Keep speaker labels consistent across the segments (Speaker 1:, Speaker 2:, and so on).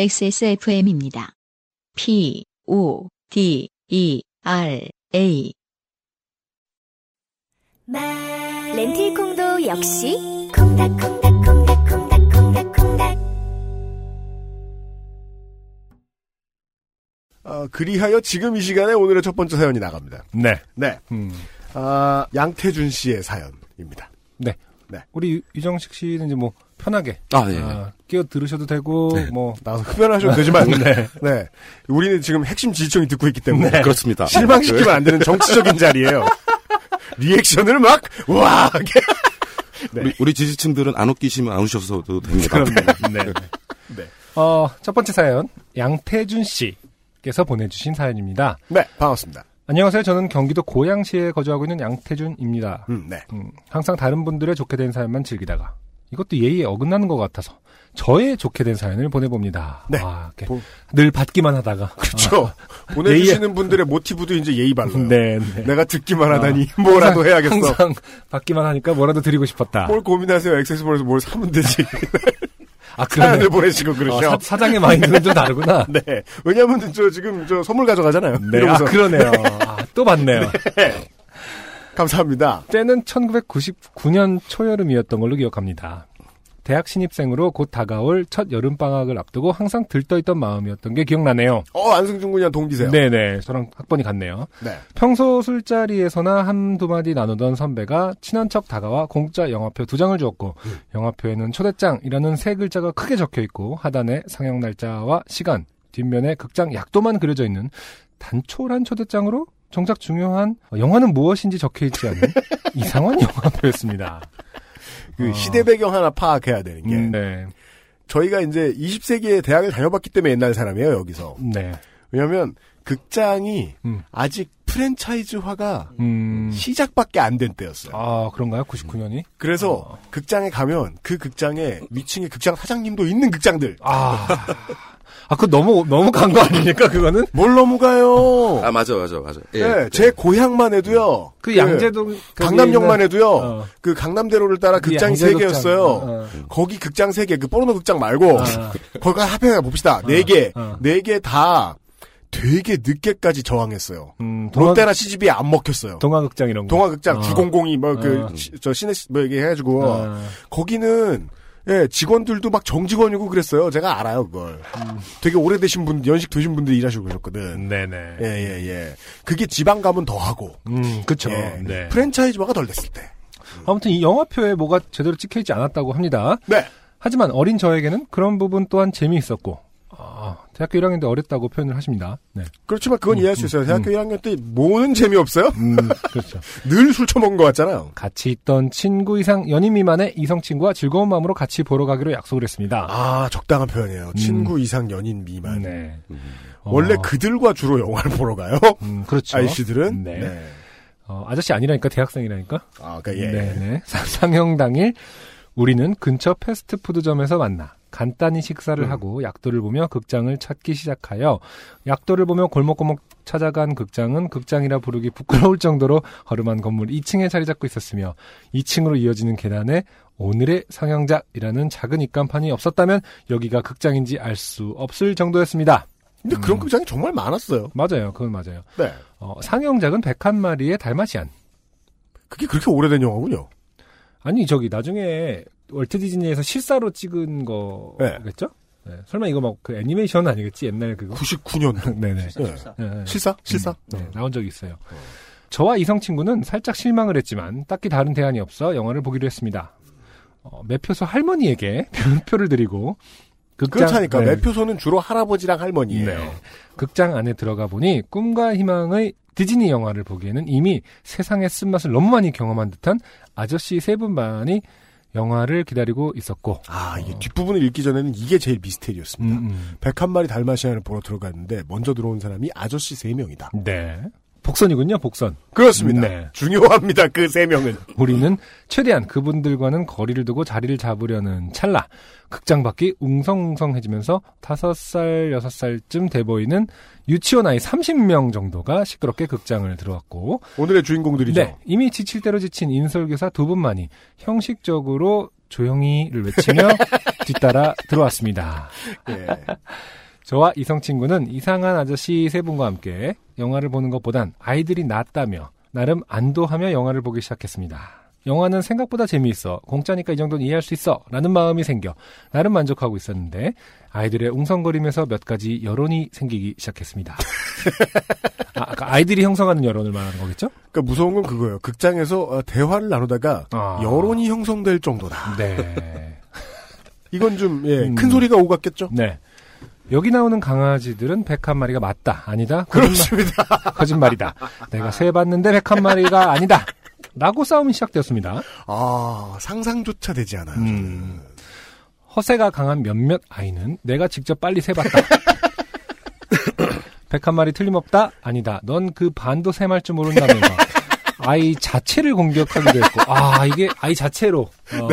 Speaker 1: XSFM입니다. P, O, D, E, R, A.
Speaker 2: 렌틸콩도 역시 콩닥콩닥콩닥콩닥콩닥콩닥
Speaker 3: 어, 그리하여 지금 이 시간에 오늘의 첫 번째 사연이 나갑니다.
Speaker 4: 네.
Speaker 3: 네.
Speaker 4: 음.
Speaker 3: 아, 양태준 씨의 사연입니다.
Speaker 4: 네.
Speaker 3: 네.
Speaker 4: 우리 유- 유정식 씨는 이제 뭐 편하게
Speaker 5: 아, 예.
Speaker 4: 아, 끼어 들으셔도 되고 뭐
Speaker 3: 나서 흡연하셔도 되지만, 네. 우리는 지금 핵심 지지층이 듣고 있기 때문에
Speaker 5: 네.
Speaker 4: 네,
Speaker 5: 그렇습니다.
Speaker 3: 네. 실망시키면 안 되는 정치적인 자리예요. 리액션을 막, 와! 네.
Speaker 5: 우리, 우리 지지층들은 안 웃기시면 안 웃으셔도 됩니다.
Speaker 4: 그럽니다. 네. 어, 첫 번째 사연 양태준 씨께서 보내주신 사연입니다.
Speaker 3: 네, 반갑습니다.
Speaker 4: 안녕하세요. 저는 경기도 고양시에 거주하고 있는 양태준입니다.
Speaker 3: 음, 네.
Speaker 4: 음, 항상 다른 분들의 좋게 된 사연만 즐기다가 이것도 예의에 어긋나는 것 같아서 저의 좋게 된 사연을 보내봅니다.
Speaker 3: 네.
Speaker 4: 아, 이렇게
Speaker 3: 보-
Speaker 4: 늘 받기만 하다가
Speaker 3: 그렇죠. 보내주시는 분들의 모티브도 이제 예의 발로.
Speaker 4: 아. 예, 네, 네.
Speaker 3: 내가 듣기만 하다니 뭐라도 해야겠어.
Speaker 4: 항상 받기만 하니까 뭐라도 드리고 싶었다.
Speaker 3: 뭘 고민하세요. 엑세스몰에서 뭘 사면 되지.
Speaker 4: 아,
Speaker 3: 사연을
Speaker 4: 그러네.
Speaker 3: 보내시고 그러셔.
Speaker 4: 어, 사, 장의 마인드는 좀 다르구나.
Speaker 3: 네. 왜냐하면 저 지금 저 선물 가져가잖아요.
Speaker 4: 네, 아,
Speaker 3: 이러면서
Speaker 4: 그러네요. 아, 또 봤네요.
Speaker 3: 감사합니다.
Speaker 4: 때는 1999년 초여름이었던 걸로 기억합니다. 대학 신입생으로 곧 다가올 첫 여름방학을 앞두고 항상 들떠있던 마음이었던 게 기억나네요.
Speaker 3: 어 안승준 군이랑 동기세요.
Speaker 4: 네네. 저랑 학번이 같네요.
Speaker 3: 네.
Speaker 4: 평소 술자리에서나 한두 마디 나누던 선배가 친한 척 다가와 공짜 영화표 두 장을 주었고 영화표에는 초대장이라는 세 글자가 크게 적혀 있고 하단에 상영 날짜와 시간, 뒷면에 극장 약도만 그려져 있는 단촐한 초대장으로 정작 중요한 영화는 무엇인지 적혀 있지 않은 이상한 영화표였습니다.
Speaker 3: 그
Speaker 4: 어.
Speaker 3: 시대 배경 하나 파악해야 되는 게
Speaker 4: 음, 네,
Speaker 3: 저희가 이제 20세기에 대학을 다녀봤기 때문에 옛날 사람이에요 여기서.
Speaker 4: 네,
Speaker 3: 왜냐하면 극장이
Speaker 4: 음.
Speaker 3: 아직 프랜차이즈화가
Speaker 4: 음,
Speaker 3: 시작밖에 안 된 때였어요.
Speaker 4: 아 그런가요? 99년이?
Speaker 3: 그래서 극장에 가면 그 극장에 위층에 극장 사장님도 있는 극장들
Speaker 4: 아, 아, 그 너무 너무 간 거 아닙니까? 그거는?
Speaker 3: 뭘 넘어가요.
Speaker 5: 아, 맞아, 맞아, 맞아. 예.
Speaker 3: 네, 제 고향만 해도요. 예.
Speaker 4: 그 양재동
Speaker 3: 강남역만 해도요.
Speaker 4: 어.
Speaker 3: 그 강남대로를 따라
Speaker 4: 그
Speaker 3: 극장이 세
Speaker 4: 양재극장.
Speaker 3: 개였어요.
Speaker 4: 어.
Speaker 3: 거기 극장 세 개, 그 포르노 극장 말고
Speaker 4: 아.
Speaker 3: 거기 합해가 봅시다. 네 개,
Speaker 4: 아.
Speaker 3: 네 개 다 되게 늦게까지 저항했어요.
Speaker 4: 음, 동화,
Speaker 3: 롯데나 CGV 안 먹혔어요.
Speaker 4: 동화극장 이런 거.
Speaker 3: 동화극장
Speaker 4: 아.
Speaker 3: 주공공이 뭐
Speaker 4: 아.
Speaker 3: 그 저 시내 뭐 얘기 해가지고
Speaker 4: 아,
Speaker 3: 거기는 예 직원들도 막 정직원이고 그랬어요. 제가 알아요 그걸.
Speaker 4: 음.
Speaker 3: 되게 오래되신 분 연식 되신 분들이 일하시고 그러셨거든.
Speaker 4: 네네.
Speaker 3: 예예 예, 그게 지방 가면 더 하고.
Speaker 4: 음, 그쵸.
Speaker 3: 예.
Speaker 4: 네.
Speaker 3: 프랜차이즈화가 덜 됐을 때.
Speaker 4: 아무튼 이 영화표에 뭐가 제대로 찍혀있지 않았다고 합니다.
Speaker 3: 네.
Speaker 4: 하지만 어린 저에게는 그런 부분 또한 재미있었고, 아, 대학교 1학년 때 어렸다고 표현을 하십니다. 네.
Speaker 3: 그렇지만 그건 이해할 수 있어요. 대학교 1학년 때 뭐는 재미없어요?
Speaker 4: 음, 그렇죠.
Speaker 3: 늘 술 처먹은 것 같잖아요.
Speaker 4: 같이 있던 친구 이상 연인 미만의 이성 친구와 즐거운 마음으로 같이 보러 가기로 약속을 했습니다.
Speaker 3: 아, 적당한 표현이에요. 친구 이상 연인 미만.
Speaker 4: 음. 네. 어,
Speaker 3: 음. 원래 그들과 주로 영화를 보러 가요.
Speaker 4: 음, 그렇죠.
Speaker 3: 아이씨들은.
Speaker 4: 네.
Speaker 3: 네.
Speaker 4: 어, 아저씨 아니라니까 대학생이라니까.
Speaker 3: 아, 그러니까 예.
Speaker 4: 네네. 사- 상영 당일 우리는 근처 패스트푸드점에서 만나 간단히 식사를 하고 약도를 보며 극장을 찾기 시작하여 약도를 보며 골목골목 찾아간 극장은 극장이라 부르기 부끄러울 정도로 허름한 건물 2층에 자리 잡고 있었으며 2층으로 이어지는 계단에 오늘의 상영작이라는 작은 입간판이 없었다면 여기가 극장인지 알 수 없을 정도였습니다.
Speaker 3: 근데 그런 극장이 정말 많았어요.
Speaker 4: 맞아요. 그건 맞아요.
Speaker 3: 네.
Speaker 4: 어, 상영작은 101마리의 달마시안.
Speaker 3: 그게 그렇게 오래된 영화군요.
Speaker 4: 아니 저기 나중에 월트 디즈니에서 실사로 찍은 거겠죠? 네, 설마 이거 막 그 애니메이션 아니겠지 옛날 그거?
Speaker 3: 99년도.
Speaker 4: 네네.
Speaker 3: 네.
Speaker 4: 네, 네.
Speaker 3: 실사? 실사?
Speaker 4: 네, 나온 적이 있어요. 저와 이성 친구는 살짝 실망을 했지만 딱히 다른 대안이 없어 영화를 보기로 했습니다. 어, 매표소 할머니에게 표를 드리고 극장-
Speaker 3: 그렇다니까.
Speaker 4: 네.
Speaker 3: 매표소는 주로 할아버지랑 할머니예요.
Speaker 4: 네. 극장 안에 들어가 보니 꿈과 희망의 디즈니 영화를 보기에는 이미 세상의 쓴맛을 너무 많이 경험한 듯한 아저씨 세 분만이 영화를 기다리고 있었고
Speaker 3: 아, 이게 뒷부분을 읽기 전에는 이게 제일 미스테리였습니다.
Speaker 4: 어. 음,
Speaker 3: 101마리 달마시안을 보러 들어갔는데 먼저 들어온 사람이 아저씨 3명이다.
Speaker 4: 음. 네. 복선이군요, 복선.
Speaker 3: 그렇습니다.
Speaker 4: 네.
Speaker 3: 중요합니다. 그 3명은.
Speaker 4: 우리는 최대한 그분들과는 거리를 두고 자리를 잡으려는 찰나. 극장 밖이 웅성웅성해지면서 다섯 살 여섯 살쯤돼 보이는 유치원 아이 30명 정도가 시끄럽게 극장을 들어왔고,
Speaker 3: 오늘의 주인공들이죠.
Speaker 4: 네, 이미 지칠 대로 지친 인솔교사 두 분만이 형식적으로 조용히를 외치며 뒤따라 들어왔습니다.
Speaker 3: 예.
Speaker 4: 저와 이성 친구는 이상한 아저씨 세 분과 함께 영화를 보는 것보단 아이들이 낫다며 나름 안도하며 영화를 보기 시작했습니다. 영화는 생각보다 재미있어 공짜니까 이 정도는 이해할 수 있어 라는 마음이 생겨 나름 만족하고 있었는데 아이들의 웅성거림에서 몇 가지 여론이 생기기 시작했습니다. 아, 아까 아이들이 형성하는 여론을 말하는 거겠죠?
Speaker 3: 그러니까 무서운 건 그거예요. 극장에서 어, 대화를 나누다가
Speaker 4: 아.
Speaker 3: 여론이 형성될 정도다.
Speaker 4: 네.
Speaker 3: 이건 좀, 예,
Speaker 4: 음.
Speaker 3: 큰 소리가 오갔겠죠?
Speaker 4: 네. 여기 나오는 강아지들은 101마리가 맞다. 아니다. 거짓말,
Speaker 3: 그렇습니다.
Speaker 4: 거짓말이다. 내가 세 봤는데 101마리가 아니다. 라고 싸움이 시작되었습니다.
Speaker 3: 아, 상상조차 되지 않아요.
Speaker 4: 음. 허세가 강한 몇몇 아이는 내가 직접 빨리 세봤다. 101마리 틀림없다? 아니다. 넌 그 반도 셈할 줄 모른다면서. 아이 자체를 공격하기도 했고. 아, 이게 아이 자체로.
Speaker 3: 네.
Speaker 4: 어,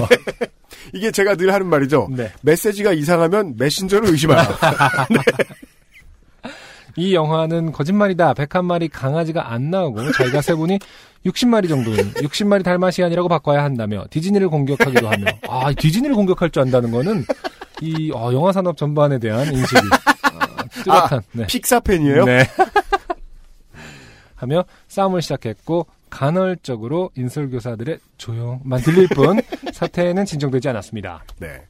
Speaker 3: 이게 제가 늘 하는 말이죠.
Speaker 4: 네.
Speaker 3: 메시지가 이상하면 메신저를 의심하라.
Speaker 4: 이 영화는 거짓말이다. 101마리 강아지가 안 나오고 자기가 세보니 60마리 정도는 60마리 달마시안이라고 바꿔야 한다며 디즈니를 공격하기도 하며 아, 디즈니를 공격할 줄 안다는 거는 이 어, 영화 산업 전반에 대한 인식이 어, 뚜렷한 네.
Speaker 3: 픽사 팬이에요?
Speaker 4: 네. 하며 싸움을 시작했고 간헐적으로 인솔 교사들의 조용만 들릴 뿐 사태는 진정되지 않았습니다.
Speaker 3: 네.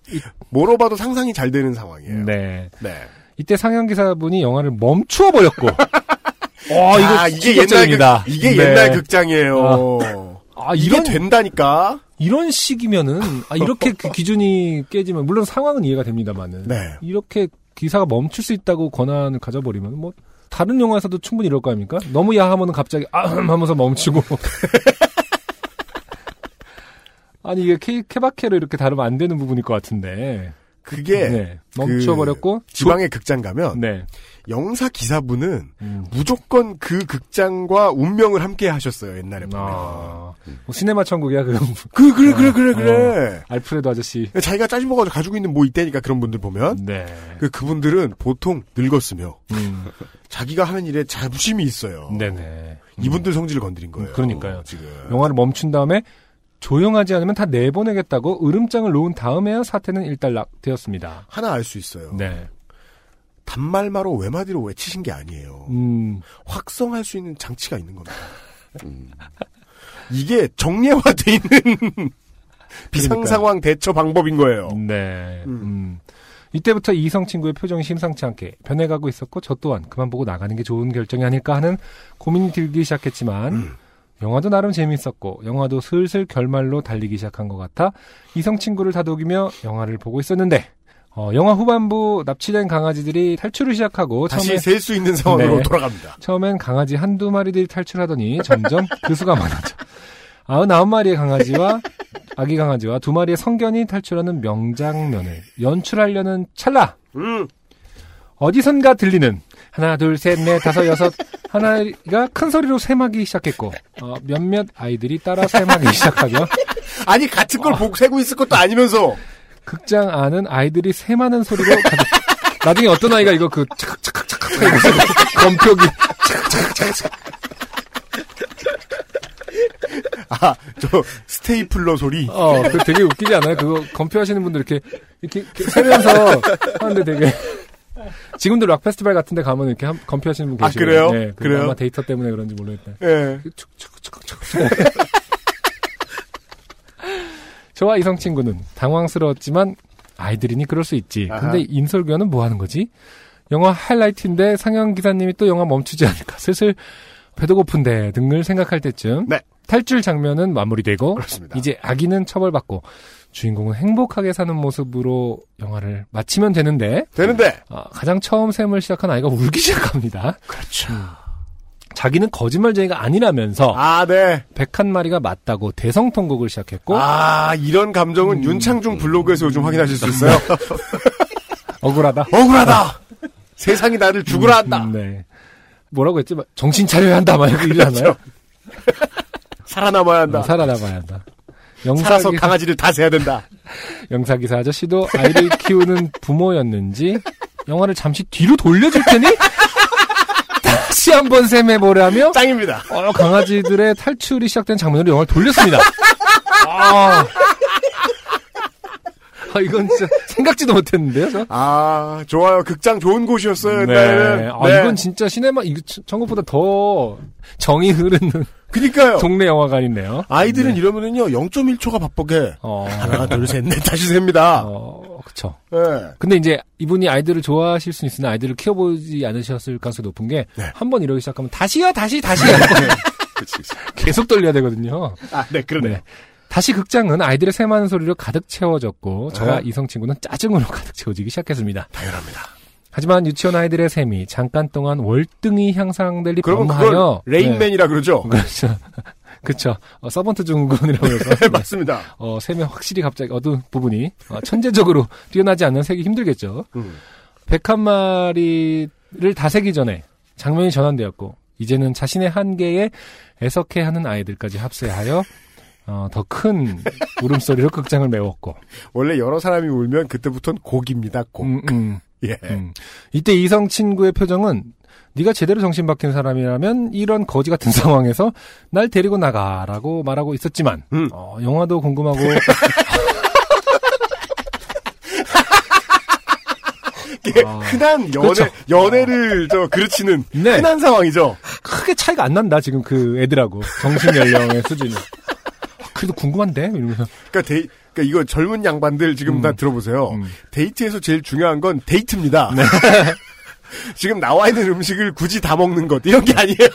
Speaker 3: 뭐로 봐도 상상이 잘 되는 상황이에요.
Speaker 4: 네.
Speaker 3: 네.
Speaker 4: 이때 상영 기사분이 영화를 멈추어 버렸고 어, 이거
Speaker 3: 아, 이게
Speaker 4: 충격적입니다.
Speaker 3: 옛날, 극- 이게
Speaker 4: 네.
Speaker 3: 옛날 극장이에요.
Speaker 4: 아,
Speaker 3: 이게
Speaker 4: 이런,
Speaker 3: 된다니까?
Speaker 4: 이런 식이면은, 아, 이렇게 그 기준이 깨지면, 물론 상황은 이해가 됩니다만은.
Speaker 3: 네.
Speaker 4: 이렇게 기사가 멈출 수 있다고 권한을 가져버리면, 뭐, 다른 영화에서도 충분히 이럴 거 아닙니까? 너무 야하면 갑자기, 아, 하면서 멈추고. 아니, 이게 케, 케바케로 이렇게 다루면 안 되는 부분일 것 같은데.
Speaker 3: 그게
Speaker 4: 네. 멈춰버렸고.
Speaker 3: 지방의 극장 가면
Speaker 4: 네.
Speaker 3: 영사 기사분은
Speaker 4: 음.
Speaker 3: 무조건 그 극장과 운명을 함께 하셨어요 옛날에 보면.
Speaker 4: 아, 뭐 시네마 천국이야, 그럼.
Speaker 3: 그 그래 그래 그래 그래.
Speaker 4: 알프레도 아저씨.
Speaker 3: 자기가 짜증 먹어서 가지고 있는 뭐 있다니까 그런 분들 보면
Speaker 4: 네.
Speaker 3: 그 그분들은 보통 늙었으며
Speaker 4: 음,
Speaker 3: 자기가 하는 일에 자부심이 그 있어요.
Speaker 4: 네네. 음,
Speaker 3: 이분들 성질을 건드린 거예요.
Speaker 4: 그러니까요.
Speaker 3: 지금.
Speaker 4: 영화를 멈춘 다음에 조용하지 않으면 다 내보내겠다고 으름장을 놓은 다음에야 사태는 일단락 되었습니다.
Speaker 3: 하나 알 수 있어요.
Speaker 4: 네.
Speaker 3: 단말마로 외마디로 외치신 게 아니에요.
Speaker 4: 음,
Speaker 3: 확성할 수 있는 장치가 있는 겁니다. 이게 정례화돼 있는 비상 상황 대처 방법인 거예요.
Speaker 4: 네.
Speaker 3: 음.
Speaker 4: 음. 이때부터 이성 친구의 표정이 심상치 않게 변해가고 있었고 저 또한 그만 보고 나가는 게 좋은 결정이 아닐까 하는 고민이 들기 시작했지만
Speaker 3: 음.
Speaker 4: 영화도 나름 재밌었고 영화도 슬슬 결말로 달리기 시작한 것 같아 이성 친구를 다독이며 영화를 보고 있었는데 어, 영화 후반부 납치된 강아지들이 탈출을 시작하고
Speaker 3: 다시
Speaker 4: 처음에
Speaker 3: 셀 수 있는 상황으로
Speaker 4: 네.
Speaker 3: 돌아갑니다.
Speaker 4: 처음엔 강아지 한두 마리들이 탈출하더니 점점 그 수가 많아져. 99마리의 강아지와 아기 강아지와 두 마리의 성견이 탈출하는 명장면을 연출하려는 찰나! 어디선가 들리는 하나, 둘, 셋, 넷, 다섯, 여섯 하나가 큰 소리로 셈하기 시작했고 어, 몇몇 아이들이 따라 셈하기 시작하며
Speaker 3: 아니 같은 걸 보고 세고 있을 것도 아니면서
Speaker 4: 극장 안은 아이들이 셈하는 소리로 가득 나중에 어떤 아이가 이거 그 착착착착착 해서 검표기
Speaker 3: 아 저 스테이플러 소리
Speaker 4: 어, 그 되게 웃기지 않아요? 그거 검표하시는 분들 이렇게 이렇게, 이렇게 세면서 하는데 되게 지금도 락 페스티벌 같은데 가면 이렇게 한- 검표하시는 분
Speaker 3: 아,
Speaker 4: 계시고
Speaker 3: 그래요?
Speaker 4: 네, 그
Speaker 3: 그래요?
Speaker 4: 아마 데이터 때문에 그런지 모르겠다.
Speaker 3: 예.
Speaker 4: 저와 이성 친구는 당황스러웠지만 아이들이니 그럴 수 있지.
Speaker 3: 아하.
Speaker 4: 근데 인솔교는 뭐 하는 거지? 영화 하이라이트인데 상영 기사님이 또 영화 멈추지 않을까. 슬슬 배도 고픈데 등을 생각할 때쯤
Speaker 3: 네.
Speaker 4: 탈출 장면은 마무리되고
Speaker 3: 그렇습니다.
Speaker 4: 이제 아기는 처벌받고 주인공은 행복하게 사는 모습으로 영화를 마치면 되는데
Speaker 3: 되는데
Speaker 4: 아, 가장 처음 셈을 시작한 아이가 울기 시작합니다. 그렇죠. 자기는 거짓말쟁이가 아니라면서
Speaker 3: 아네
Speaker 4: 101마리가 맞다고 대성통곡을 시작했고
Speaker 3: 아 이런
Speaker 4: 음.
Speaker 3: 감정은 윤창중 블로그에서 요즘 확인하실 수 있어요.
Speaker 4: 억울하다.
Speaker 3: 억울하다. 세상이 나를 죽으라 한다.
Speaker 4: 음, 네. 뭐라고 했지? 막 정신 차려야 한다. 막 이렇게 이러잖아요.
Speaker 3: 살아남아야 한다.
Speaker 4: 어, 살아남아야 한다. 음.
Speaker 3: 살아서
Speaker 4: 영사기사,
Speaker 3: 강아지를 다 세야 된다.
Speaker 4: 영사기사 아저씨도 아이를 키우는 부모였는지 영화를 잠시 뒤로 돌려줄 테니 다시 한번 셈해보라며
Speaker 3: 짱입니다.
Speaker 4: 어, 강아지들의 탈출이 시작된 장면으로 영화를 돌렸습니다. 아. 아, 이건 진짜 생각지도 못했는데요. 저?
Speaker 3: 아, 좋아요. 극장 좋은 곳이었어요. 옛날에는.
Speaker 4: 아, 이건 진짜 시네마 이거 전국보다 더 정이 흐르는
Speaker 3: 네. 그니까요.
Speaker 4: 동네 영화관이네요.
Speaker 3: 아이들은 이러면은요, 0.1초가 바쁘게.
Speaker 4: 어,
Speaker 3: 하나, 둘, 셋, 넷, 다시 셉니다.
Speaker 4: 어, 그쵸.
Speaker 3: 예.
Speaker 4: 근데 이제 이분이 아이들을 좋아하실 수 있으나 아이들을 키워보지 않으셨을 가능성이 높은 게
Speaker 3: 네.
Speaker 4: 한 번 이러기 시작하면 다시야 다시 다시
Speaker 5: 그치, 그치.
Speaker 4: 계속 돌려야 되거든요.
Speaker 3: 아, 네,
Speaker 4: 네. 다시 극장은 아이들의 새많은 소리로 가득 채워졌고 저와
Speaker 3: 네.
Speaker 4: 이성 친구는 짜증으로 가득 채워지기 시작했습니다.
Speaker 3: 당연합니다.
Speaker 4: 하지만 유치원 아이들의 셈이 잠깐 동안 월등히 향상될 리
Speaker 3: 그러면
Speaker 4: 범하여
Speaker 3: 그걸 레인맨이라 그러죠?
Speaker 4: 네. 그렇죠. 그렇죠. 어, 서번트 증후군이라고 해서
Speaker 3: 네, 맞습니다.
Speaker 4: 어, 셈이 확실히 갑자기 어두운 부분이 어, 천재적으로 뛰어나지 않는 색이 힘들겠죠.
Speaker 3: 음.
Speaker 4: 101마리를 다 세기 전에 장면이 전환되었고 이제는 자신의 한계에 애석해하는 아이들까지 합세하여 어, 더 큰 울음소리로 극장을 메웠고
Speaker 3: 원래 여러 사람이 울면 그때부터는 곡입니다, 곡.
Speaker 4: 음, 음,
Speaker 3: 예.
Speaker 4: 음. 이때 이성 친구의 표정은 네가 제대로 정신 박힌 사람이라면 이런 거지 같은 상황에서 날 데리고 나가라고 말하고 있었지만
Speaker 3: 음.
Speaker 4: 어, 영화도 궁금하고
Speaker 3: 이게
Speaker 4: 아.
Speaker 3: 흔한 연애,
Speaker 4: 그렇죠.
Speaker 3: 연애를 저, 그르치는
Speaker 4: 네.
Speaker 3: 흔한 상황이죠.
Speaker 4: 크게 차이가 안 난다 지금 그 애들하고 정신 연령의 수준이. 아, 그래도 궁금한데 이러면서
Speaker 3: 그러니까 데이, 그러니까 이거 젊은 양반들 지금 다 들어보세요.
Speaker 4: 음. 네.
Speaker 3: 데이트에서 제일 중요한 건 데이트입니다. 지금 나와 있는 음식을 굳이 다 먹는 것 이런 게 아니에요.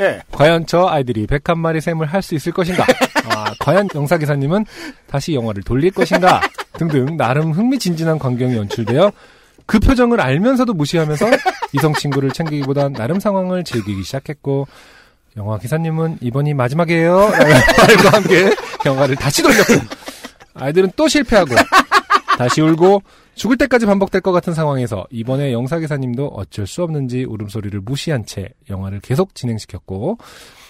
Speaker 3: 예.
Speaker 4: 과연 저 아이들이 101마리 셈을 할 수 있을 것인가? 아, 과연 영사 기사님은 다시 영화를 돌릴 것인가? 등등 나름 흥미진진한 광경이 연출되어 그 표정을 알면서도 무시하면서 이성 친구를 챙기기보단 나름 상황을 즐기기 시작했고 영화 기사님은 이번이 마지막이에요. 라는 말과 함께 영화를 다시 돌렸고 아이들은 또 실패하고 다시 울고 죽을 때까지 반복될 것 같은 상황에서 이번에 영사 기사님도 어쩔 수 없는지 울음소리를 무시한 채 영화를 계속 진행시켰고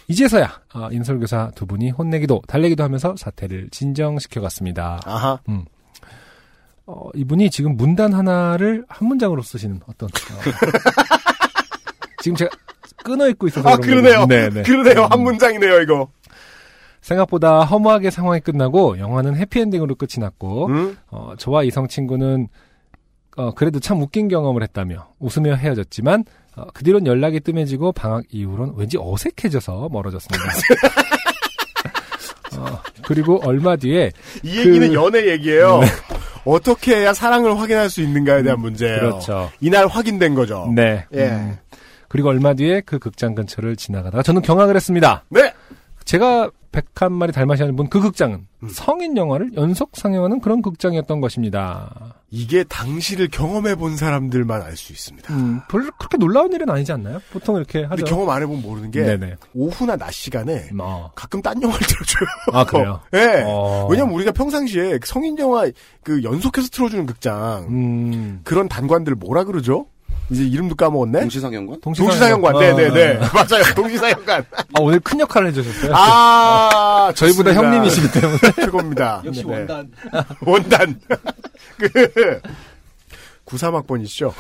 Speaker 4: 이제서야 아, 인솔교사 두 분이 혼내기도 달래기도 하면서 사태를 진정시켜갔습니다.
Speaker 3: 아하.
Speaker 4: 어, 이분이 지금 문단 하나를 한 문장으로 쓰시는 어떤 어, 지금 제가 끊어 읽고 있어서
Speaker 3: 아
Speaker 4: 그런
Speaker 3: 그러네요.
Speaker 4: 거죠. 네, 네.
Speaker 3: 그러네요. 한 문장이네요 이거.
Speaker 4: 생각보다 허무하게 상황이 끝나고 영화는 해피엔딩으로 끝이 났고
Speaker 3: 음?
Speaker 4: 어, 저와 이성 친구는 어, 그래도 참 웃긴 경험을 했다며 웃으며 헤어졌지만 어, 그 뒤론 연락이 뜸해지고 방학 이후론 왠지 어색해져서 멀어졌습니다. 어, 그리고 얼마 뒤에
Speaker 3: 이 얘기는
Speaker 4: 그-
Speaker 3: 연애 얘기예요. 어떻게 해야 사랑을 확인할 수 있는가에 대한 문제예요.
Speaker 4: 그렇죠.
Speaker 3: 이날 확인된 거죠.
Speaker 4: 네.
Speaker 3: 예.
Speaker 4: 음, 그리고 얼마 뒤에 그 극장 근처를 지나가다가 저는 경악을 했습니다.
Speaker 3: 네.
Speaker 4: 제가 백한 마리 달마시아를 본 그 극장은
Speaker 3: 음.
Speaker 4: 성인 영화를 연속 상영하는 그런 극장이었던 것입니다.
Speaker 3: 이게 당시를 경험해 본 사람들만 알 수 있습니다.
Speaker 4: 음, 별로 그렇게 놀라운 일은 아니지 않나요? 보통 이렇게
Speaker 3: 근데
Speaker 4: 하죠.
Speaker 3: 경험 예. 안 해본 모르는 게
Speaker 4: 네네.
Speaker 3: 오후나 낮 시간에
Speaker 4: 어.
Speaker 3: 가끔 딴 영화를 들어줘요.
Speaker 4: 아 그래요.
Speaker 3: 예.
Speaker 4: 어.
Speaker 3: 왜냐면 우리가 평상시에 성인 영화 그 연속해서 틀어주는 극장
Speaker 4: 음,
Speaker 3: 그런 단관들 뭐라 그러죠? 이제 이름도 까먹었네.
Speaker 5: 동시상영관?
Speaker 3: 동시상영관.
Speaker 4: 아,
Speaker 3: 네네네.
Speaker 4: 아,
Speaker 3: 맞아요. 동시상영관.
Speaker 4: 아, 오늘 큰 역할을 해주셨어요.
Speaker 3: 아
Speaker 4: 저희보다
Speaker 3: 좋습니다.
Speaker 4: 형님이시기 때문에.
Speaker 3: 최고입니다. 네. 원단. 그 93학번이시죠?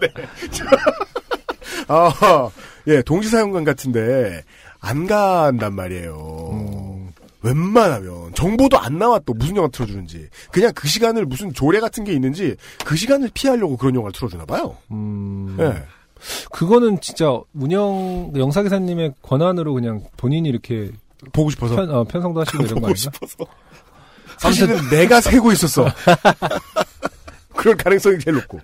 Speaker 3: 네. 저- 어, 예, 동시사용관 같은데 안 간단 말이에요. 웬만하면 정보도 안 나와 또 무슨 영화 틀어주는지 그냥 그 시간을 무슨 조례 같은 게 있는지 그 시간을 피하려고 그런 영화를 틀어주나 봐요.
Speaker 4: 음,
Speaker 3: 예.
Speaker 4: 그거는 진짜 운영 영사기사님의 권한으로 그냥 본인이 이렇게
Speaker 3: 보고 싶어서
Speaker 4: 편, 어, 편성도 하시고 이런 거
Speaker 5: 보고
Speaker 4: 아니야?
Speaker 5: 싶어서.
Speaker 3: 사실은 내가 세고 있었어. 그럴 가능성이 제일 높고.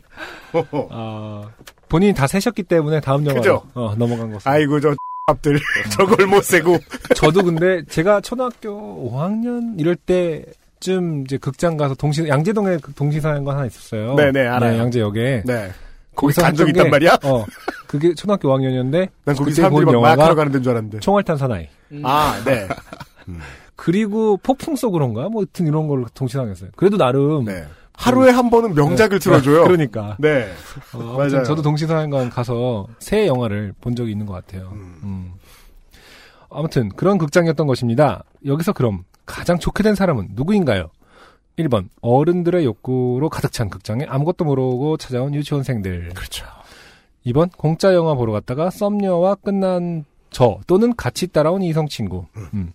Speaker 4: 아, 본인이 다 세셨기 때문에 다음 영화 로
Speaker 3: 그죠?
Speaker 4: 어, 넘어간 것. 같습니다.
Speaker 3: 아이고 저 X들 저걸 못 세고
Speaker 4: 저도 근데 제가 초등학교 5학년 이럴 때쯤 이제 극장 가서 동시 양재동에 그 동시사연관 하나 있었어요.
Speaker 3: 네네, 알아요.
Speaker 4: 네, 양재역에.
Speaker 3: 네 거기
Speaker 4: 거기서
Speaker 3: 간 적이 있단
Speaker 4: 했던 게,
Speaker 3: 말이야?
Speaker 4: 어, 그게 초등학교 5학년이었는데
Speaker 3: 난 거기
Speaker 4: 그때
Speaker 3: 사람들이
Speaker 4: 본
Speaker 3: 막 마약하러
Speaker 4: 영화가
Speaker 3: 가는 데인 줄 알았는데
Speaker 4: 총알탄 사나이.
Speaker 3: 아네
Speaker 4: 그리고 폭풍 속으로인가? 뭐, 하여튼 이런 걸로 동시상했어요. 그래도 나름.
Speaker 3: 네. 하루에 한 번은 명작을 틀어줘요
Speaker 4: 그러니까.
Speaker 3: 네
Speaker 4: 어,
Speaker 3: 맞아요.
Speaker 4: 아무튼 저도 동시상관 가서 새 영화를 본 적이 있는 것 같아요. 음. 아무튼 그런 극장이었던 것입니다. 여기서 그럼 가장 좋게 된 사람은 누구인가요? 1번 어른들의 욕구로 가득 찬 극장에 아무것도 모르고 찾아온 유치원생들.
Speaker 3: 그렇죠
Speaker 4: 2번 공짜 영화 보러 갔다가 썸녀와 끝난 저 또는 같이 따라온 이성 친구. 음.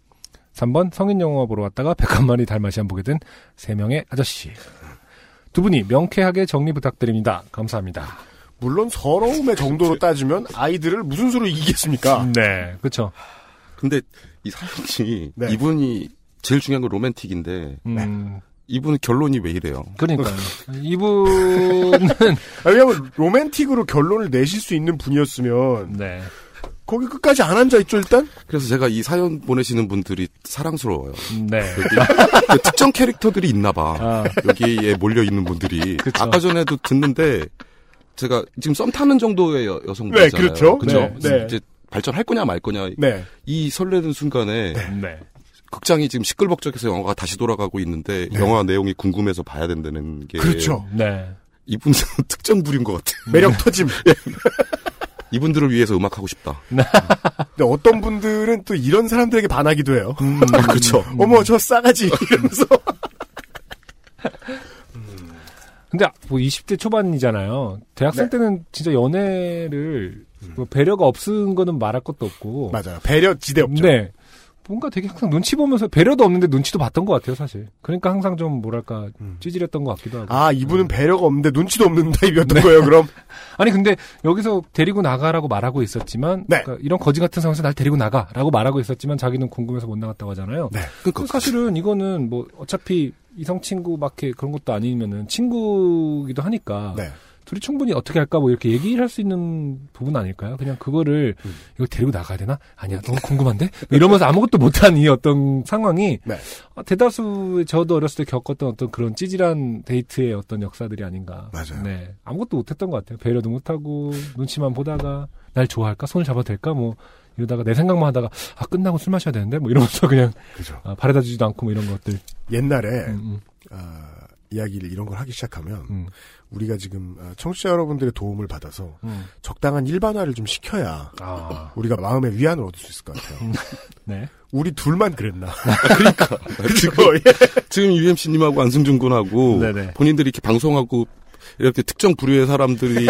Speaker 4: 3번 성인 영화 보러 왔다가 101마리 달마시안 보게 된 3명의 아저씨. 두 분이 명쾌하게 정리 부탁드립니다. 감사합니다.
Speaker 3: 물론 서러움의 정도로 따지면 아이들을 무슨 수로 이기겠습니까?
Speaker 4: 네. 그쵸.
Speaker 5: 근데 이 사연이
Speaker 3: 네.
Speaker 5: 이분이 제일 중요한 건 로맨틱인데
Speaker 4: 음,
Speaker 5: 이분은 결론이 왜 이래요?
Speaker 4: 그러니까요. 이분은,
Speaker 3: 아, 왜냐면 로맨틱으로 결론을 내실 수 있는 분이었으면
Speaker 4: 네.
Speaker 3: 거기 끝까지 안 앉아 있죠 일단.
Speaker 5: 그래서 제가 이 사연 보내시는 분들이 사랑스러워요.
Speaker 4: 네.
Speaker 5: 그 특정 캐릭터들이 있나 봐.
Speaker 4: 아,
Speaker 5: 여기에 몰려 있는 분들이
Speaker 4: 그쵸.
Speaker 5: 아까 전에도 듣는데 제가 지금 썸 타는 정도의 여- 여성분이잖아요.
Speaker 3: 네, 그렇죠.
Speaker 5: 그죠?
Speaker 4: 네,
Speaker 3: 네.
Speaker 5: 이제 발전할 거냐 말 거냐
Speaker 3: 네.
Speaker 5: 이 설레는 순간에
Speaker 4: 네.
Speaker 5: 극장이 지금 시끌벅적해서 영화가 다시 돌아가고 있는데 영화 내용이 궁금해서 봐야 된다는 게
Speaker 3: 네. 그렇죠.
Speaker 4: 네.
Speaker 5: 이분은 특정 부류인 것 같아요.
Speaker 3: 매력 터짐.
Speaker 5: 이분들을 위해서 음악 하고 싶다.
Speaker 3: 근데 어떤 분들은 또 이런 사람들에게 반하기도 해요.
Speaker 5: 그렇죠.
Speaker 3: 어머 저 싸가지 이러면서.
Speaker 4: 근데 뭐 20대 초반이잖아요. 대학생 때는 진짜 연애를 뭐 배려가 없은 거는 말할 것도 없고.
Speaker 3: 맞아요. 배려 지대 없죠.
Speaker 4: 네. 뭔가 되게 항상 눈치 보면서 배려도 없는데 눈치도 봤던 것 같아요, 사실. 그러니까 항상 좀 뭐랄까 찌질했던 것 같기도 하고.
Speaker 3: 아 이분은 배려가 없는데 눈치도 없는 타입이었던 거예요. 그럼
Speaker 4: 아니 근데 여기서 데리고 나가라고 말하고 있었지만,
Speaker 3: 네.
Speaker 4: 그러니까 이런 거지 같은 상황에서 날 데리고 나가라고 말하고 있었지만 자기는 궁금해서 못 나갔다고 하잖아요.
Speaker 5: 그러니까
Speaker 4: 그 사실은 이거는 뭐 어차피 이성 친구 막 이렇게 그런 것도 아니면은 친구기도 하니까
Speaker 3: 네.
Speaker 4: 둘이 충분히 어떻게 할까 뭐 이렇게 얘기를 할 수 있는 부분 아닐까요? 그냥 그거를
Speaker 3: 음.
Speaker 4: 이거 데리고 나가야 되나? 아니야 너무 궁금한데 뭐 이러면서 아무것도 못한 이 어떤 상황이
Speaker 3: 네.
Speaker 4: 아, 대다수의 저도 어렸을 때 겪었던 어떤 그런 찌질한 데이트의 어떤 역사들이 아닌가.
Speaker 3: 맞아요.
Speaker 4: 네 아무것도 못했던 것 같아요. 배려도 못하고 눈치만 보다가 날 좋아할까 손을 잡아도 될까 뭐 이러다가 내 생각만 하다가 아 끝나고 술 마셔야 되는데 뭐 이러면서 그냥
Speaker 3: 그죠. 네.
Speaker 4: 아, 바래다 주지도 않고 뭐 이런 것들.
Speaker 3: 옛날에
Speaker 4: 음,
Speaker 3: 아, 이야기를 이런 걸 하기 시작하면
Speaker 4: 음,
Speaker 3: 우리가 지금 아, 청취자 여러분들의 도움을 받아서
Speaker 4: 음.
Speaker 3: 적당한 일반화를 좀 시켜야
Speaker 4: 아,
Speaker 3: 우리가 마음의 위안을 얻을 수 있을 것 같아요.
Speaker 4: 네. 아,
Speaker 3: 우리 둘만 그랬나? 그러니까. 그죠?
Speaker 5: 지금 UMC님하고 안승준 군하고
Speaker 4: 네네.
Speaker 5: 본인들이 이렇게 방송하고 이렇게 특정 부류의 사람들이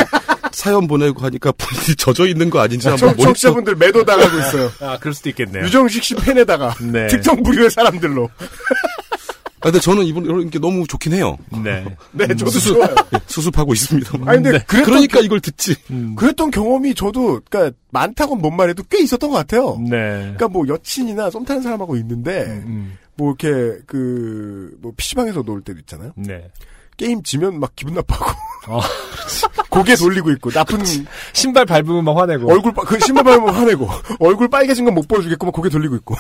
Speaker 5: 사연 보내고 하니까 본인이 젖어 있는 거 아닌지
Speaker 3: 예.
Speaker 5: 한번
Speaker 3: 청-
Speaker 5: 머릿속
Speaker 3: 청취자분들 매도당하고 있어요.
Speaker 4: 아, 그럴 수도 있겠네요.
Speaker 3: 유정식 씨 팬에다가
Speaker 4: 네.
Speaker 3: 특정 부류의 사람들로.
Speaker 5: 아, 근데 저는 이분 이런 게 너무 좋긴 해요.
Speaker 4: 네.
Speaker 3: 네, 저도
Speaker 5: 수수-
Speaker 3: 좋아요.
Speaker 5: 예, 수습하고 있습니다.
Speaker 3: 아니 근데 그랬던,
Speaker 5: 그러니까 이걸 듣지.
Speaker 4: 음,
Speaker 3: 그랬던 경험이 저도 그러니까 많다고 못 말해도 꽤 있었던 것 같아요.
Speaker 4: 네.
Speaker 3: 그러니까 뭐 여친이나 썸 타는 사람하고 있는데
Speaker 4: 음,
Speaker 3: 뭐 이렇게 그뭐 PC방에서 놀 때도 있잖아요.
Speaker 4: 네.
Speaker 3: 게임 지면 막 기분 나빠하고
Speaker 4: 어,
Speaker 3: 고개 돌리고 있고 나쁜
Speaker 4: 신발 밟으면 막 화내고.
Speaker 3: 얼굴 빠- 그 신발 밟으면 화내고 얼굴 빨개진 건 못 보여주겠고 막 고개 돌리고 있고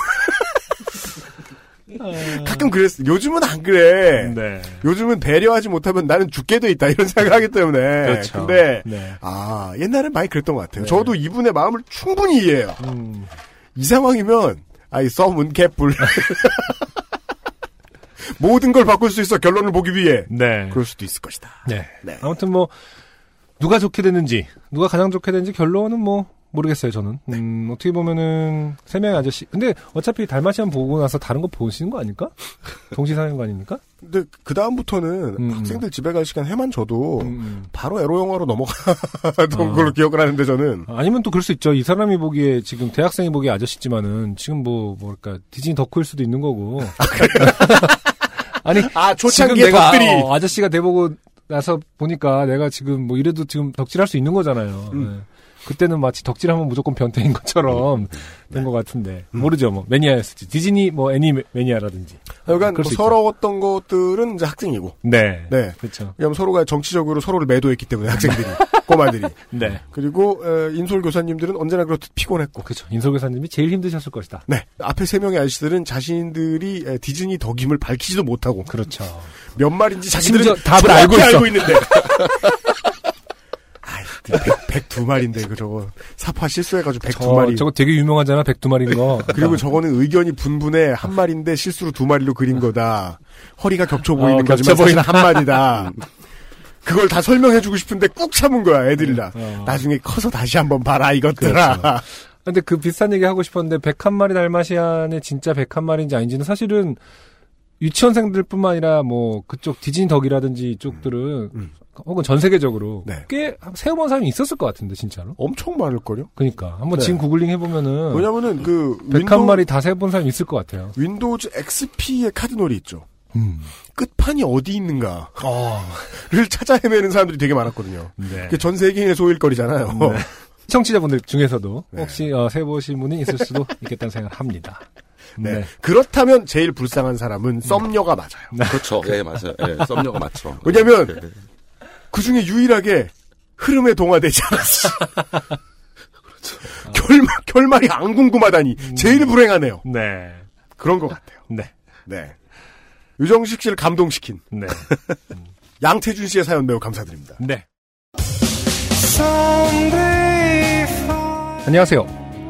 Speaker 3: 가끔 그랬어 요즘은 안 그래
Speaker 4: 아. 네.
Speaker 3: 요즘은 배려하지 못하면 나는 죽게 돼 있다 이런 생각하기 때문에
Speaker 4: 그렇죠.
Speaker 3: 근데
Speaker 4: 네.
Speaker 3: 아 옛날엔 많이 그랬던 것 같아요 저도 이분의 마음을 충분히 이해해요
Speaker 4: 음,
Speaker 3: 이 상황이면 아이 썸은 개뿔 모든 걸 바꿀 수 있어 결론을 보기 위해
Speaker 4: 네.
Speaker 3: 그럴 수도 있을 것이다
Speaker 4: 네.
Speaker 3: 네.
Speaker 4: 아무튼 뭐, 누가 좋게 됐는지, 누가 가장 좋게 됐는지 결론은 뭐, 모르겠어요, 저는. 음, 어떻게 보면은, 세 명의 아저씨. 근데 어차피 달마시안 보고 나서 다른 거 보시는 거 아닐까? 동시상인 거 아닙니까?
Speaker 3: 근데 그 다음부터는
Speaker 4: 음.
Speaker 3: 학생들 집에 갈 시간 해만 줘도
Speaker 4: 음.
Speaker 3: 바로 에로 영화로 넘어가던
Speaker 4: 아.
Speaker 3: 걸로 기억을 하는데 저는
Speaker 4: 아니면 또 그럴 수 있죠. 이 사람이 보기에 지금 대학생이 보기에 아저씨지만은 지금 뭐 뭐랄까 디즈니 덕후일 수도 있는 거고. 아니
Speaker 3: 아
Speaker 4: 지금
Speaker 3: 초창기의
Speaker 4: 내가
Speaker 3: 덕들이
Speaker 4: 어, 아저씨가 돼보고 나서 보니까 내가 지금 뭐 이래도 지금 덕질할 수 있는 거잖아요.
Speaker 3: 음.
Speaker 4: 네. 그때는 마치 덕질하면 무조건 변태인 것처럼 된 것 같은데
Speaker 3: 음.
Speaker 4: 모르죠. 뭐 매니아였을지 디즈니 뭐 애니 매- 매니아라든지.
Speaker 3: 약간
Speaker 4: 그럴
Speaker 3: 뭐
Speaker 4: 수 있죠.
Speaker 3: 서러웠던 것들은 이제 학생이고
Speaker 4: 네.
Speaker 3: 네
Speaker 4: 그렇죠.
Speaker 3: 왜냐면 서로가 정치적으로 서로를 매도했기 때문에 학생들이 꼬마들이
Speaker 4: 네.
Speaker 3: 그리고 에, 인솔 교사님들은 언제나 그렇듯 피곤했고
Speaker 4: 그렇죠. 인솔 교사님이 제일 힘드셨을 것이다.
Speaker 3: 네 앞에 세 명의 아저씨들은 자신들이 에, 디즈니 덕임을 밝히지도 못하고
Speaker 4: 그렇죠.
Speaker 3: 몇 말인지 자신들은
Speaker 4: 심지어 답을
Speaker 3: 정확히
Speaker 4: 알고 있어.
Speaker 3: 알고 있는데 그 백두 마리인데 그 저거 사파 실수해가지고 백두
Speaker 4: 저,
Speaker 3: 마리
Speaker 4: 저거 아. 되게 유명하잖아. 백두 마리인 거.
Speaker 3: 그리고 저거는 의견이 분분해 한 마리인데 실수로 두 마리로 그린 거다. 허리가 겹쳐 보이는
Speaker 4: 어,
Speaker 3: 거지만
Speaker 4: 겹쳐
Speaker 3: 사실 한 마리다. 그걸 다 설명해주고 싶은데 꾹 참은 거야 애들이 다.
Speaker 4: 어.
Speaker 3: 나중에 커서 다시 한번 봐라 이것들아.
Speaker 4: 그렇죠. 근데 그 비슷한 얘기 하고 싶었는데 101마리 달마시안의 진짜 101마리인지 아닌지는 사실은 유치원생들뿐만 아니라 뭐 그쪽 디즈니 덕이라든지 이쪽들은
Speaker 3: 음.
Speaker 4: 혹은 전 세계적으로
Speaker 3: 네.
Speaker 4: 꽤 세어본 사람이 있었을 것 같은데 진짜로.
Speaker 3: 엄청 많을걸요?
Speaker 4: 그러니까 한번
Speaker 3: 네.
Speaker 4: 지금 구글링 해보면은
Speaker 3: 왜냐면은 그 윈도우,
Speaker 4: 101마리 다 세본 사람이 있을 것 같아요.
Speaker 3: 윈도우즈 XP의 카드놀이 있죠. 끝판이 어디 있는가를 찾아 헤매는 사람들이 되게 많았거든요.
Speaker 4: 네.
Speaker 3: 그게 전 세계인의 소일거리잖아요.
Speaker 4: 시청자분들 중에서도
Speaker 3: 네.
Speaker 4: 혹시 어, 세보신 분이 있을 수도 있겠다는 생각을 합니다.
Speaker 3: 네. 그렇다면 제일 불쌍한 사람은 썸녀가 맞아요.
Speaker 5: 그렇죠. 예, 맞아요. 예, 썸녀가 맞죠.
Speaker 3: 왜냐면-
Speaker 5: 예, 예.
Speaker 3: 그 중에 유일하게 흐름에 동화되지 않았어. 결말, 결말이 안 궁금하다니. 제일 불행하네요.
Speaker 4: 네.
Speaker 3: 그런 것 같아요.
Speaker 4: 네.
Speaker 3: 네. 유정식 씨를 감동시킨
Speaker 4: 네.
Speaker 3: 양태준 씨의 사연 매우 감사드립니다.
Speaker 4: 네. 안녕하세요.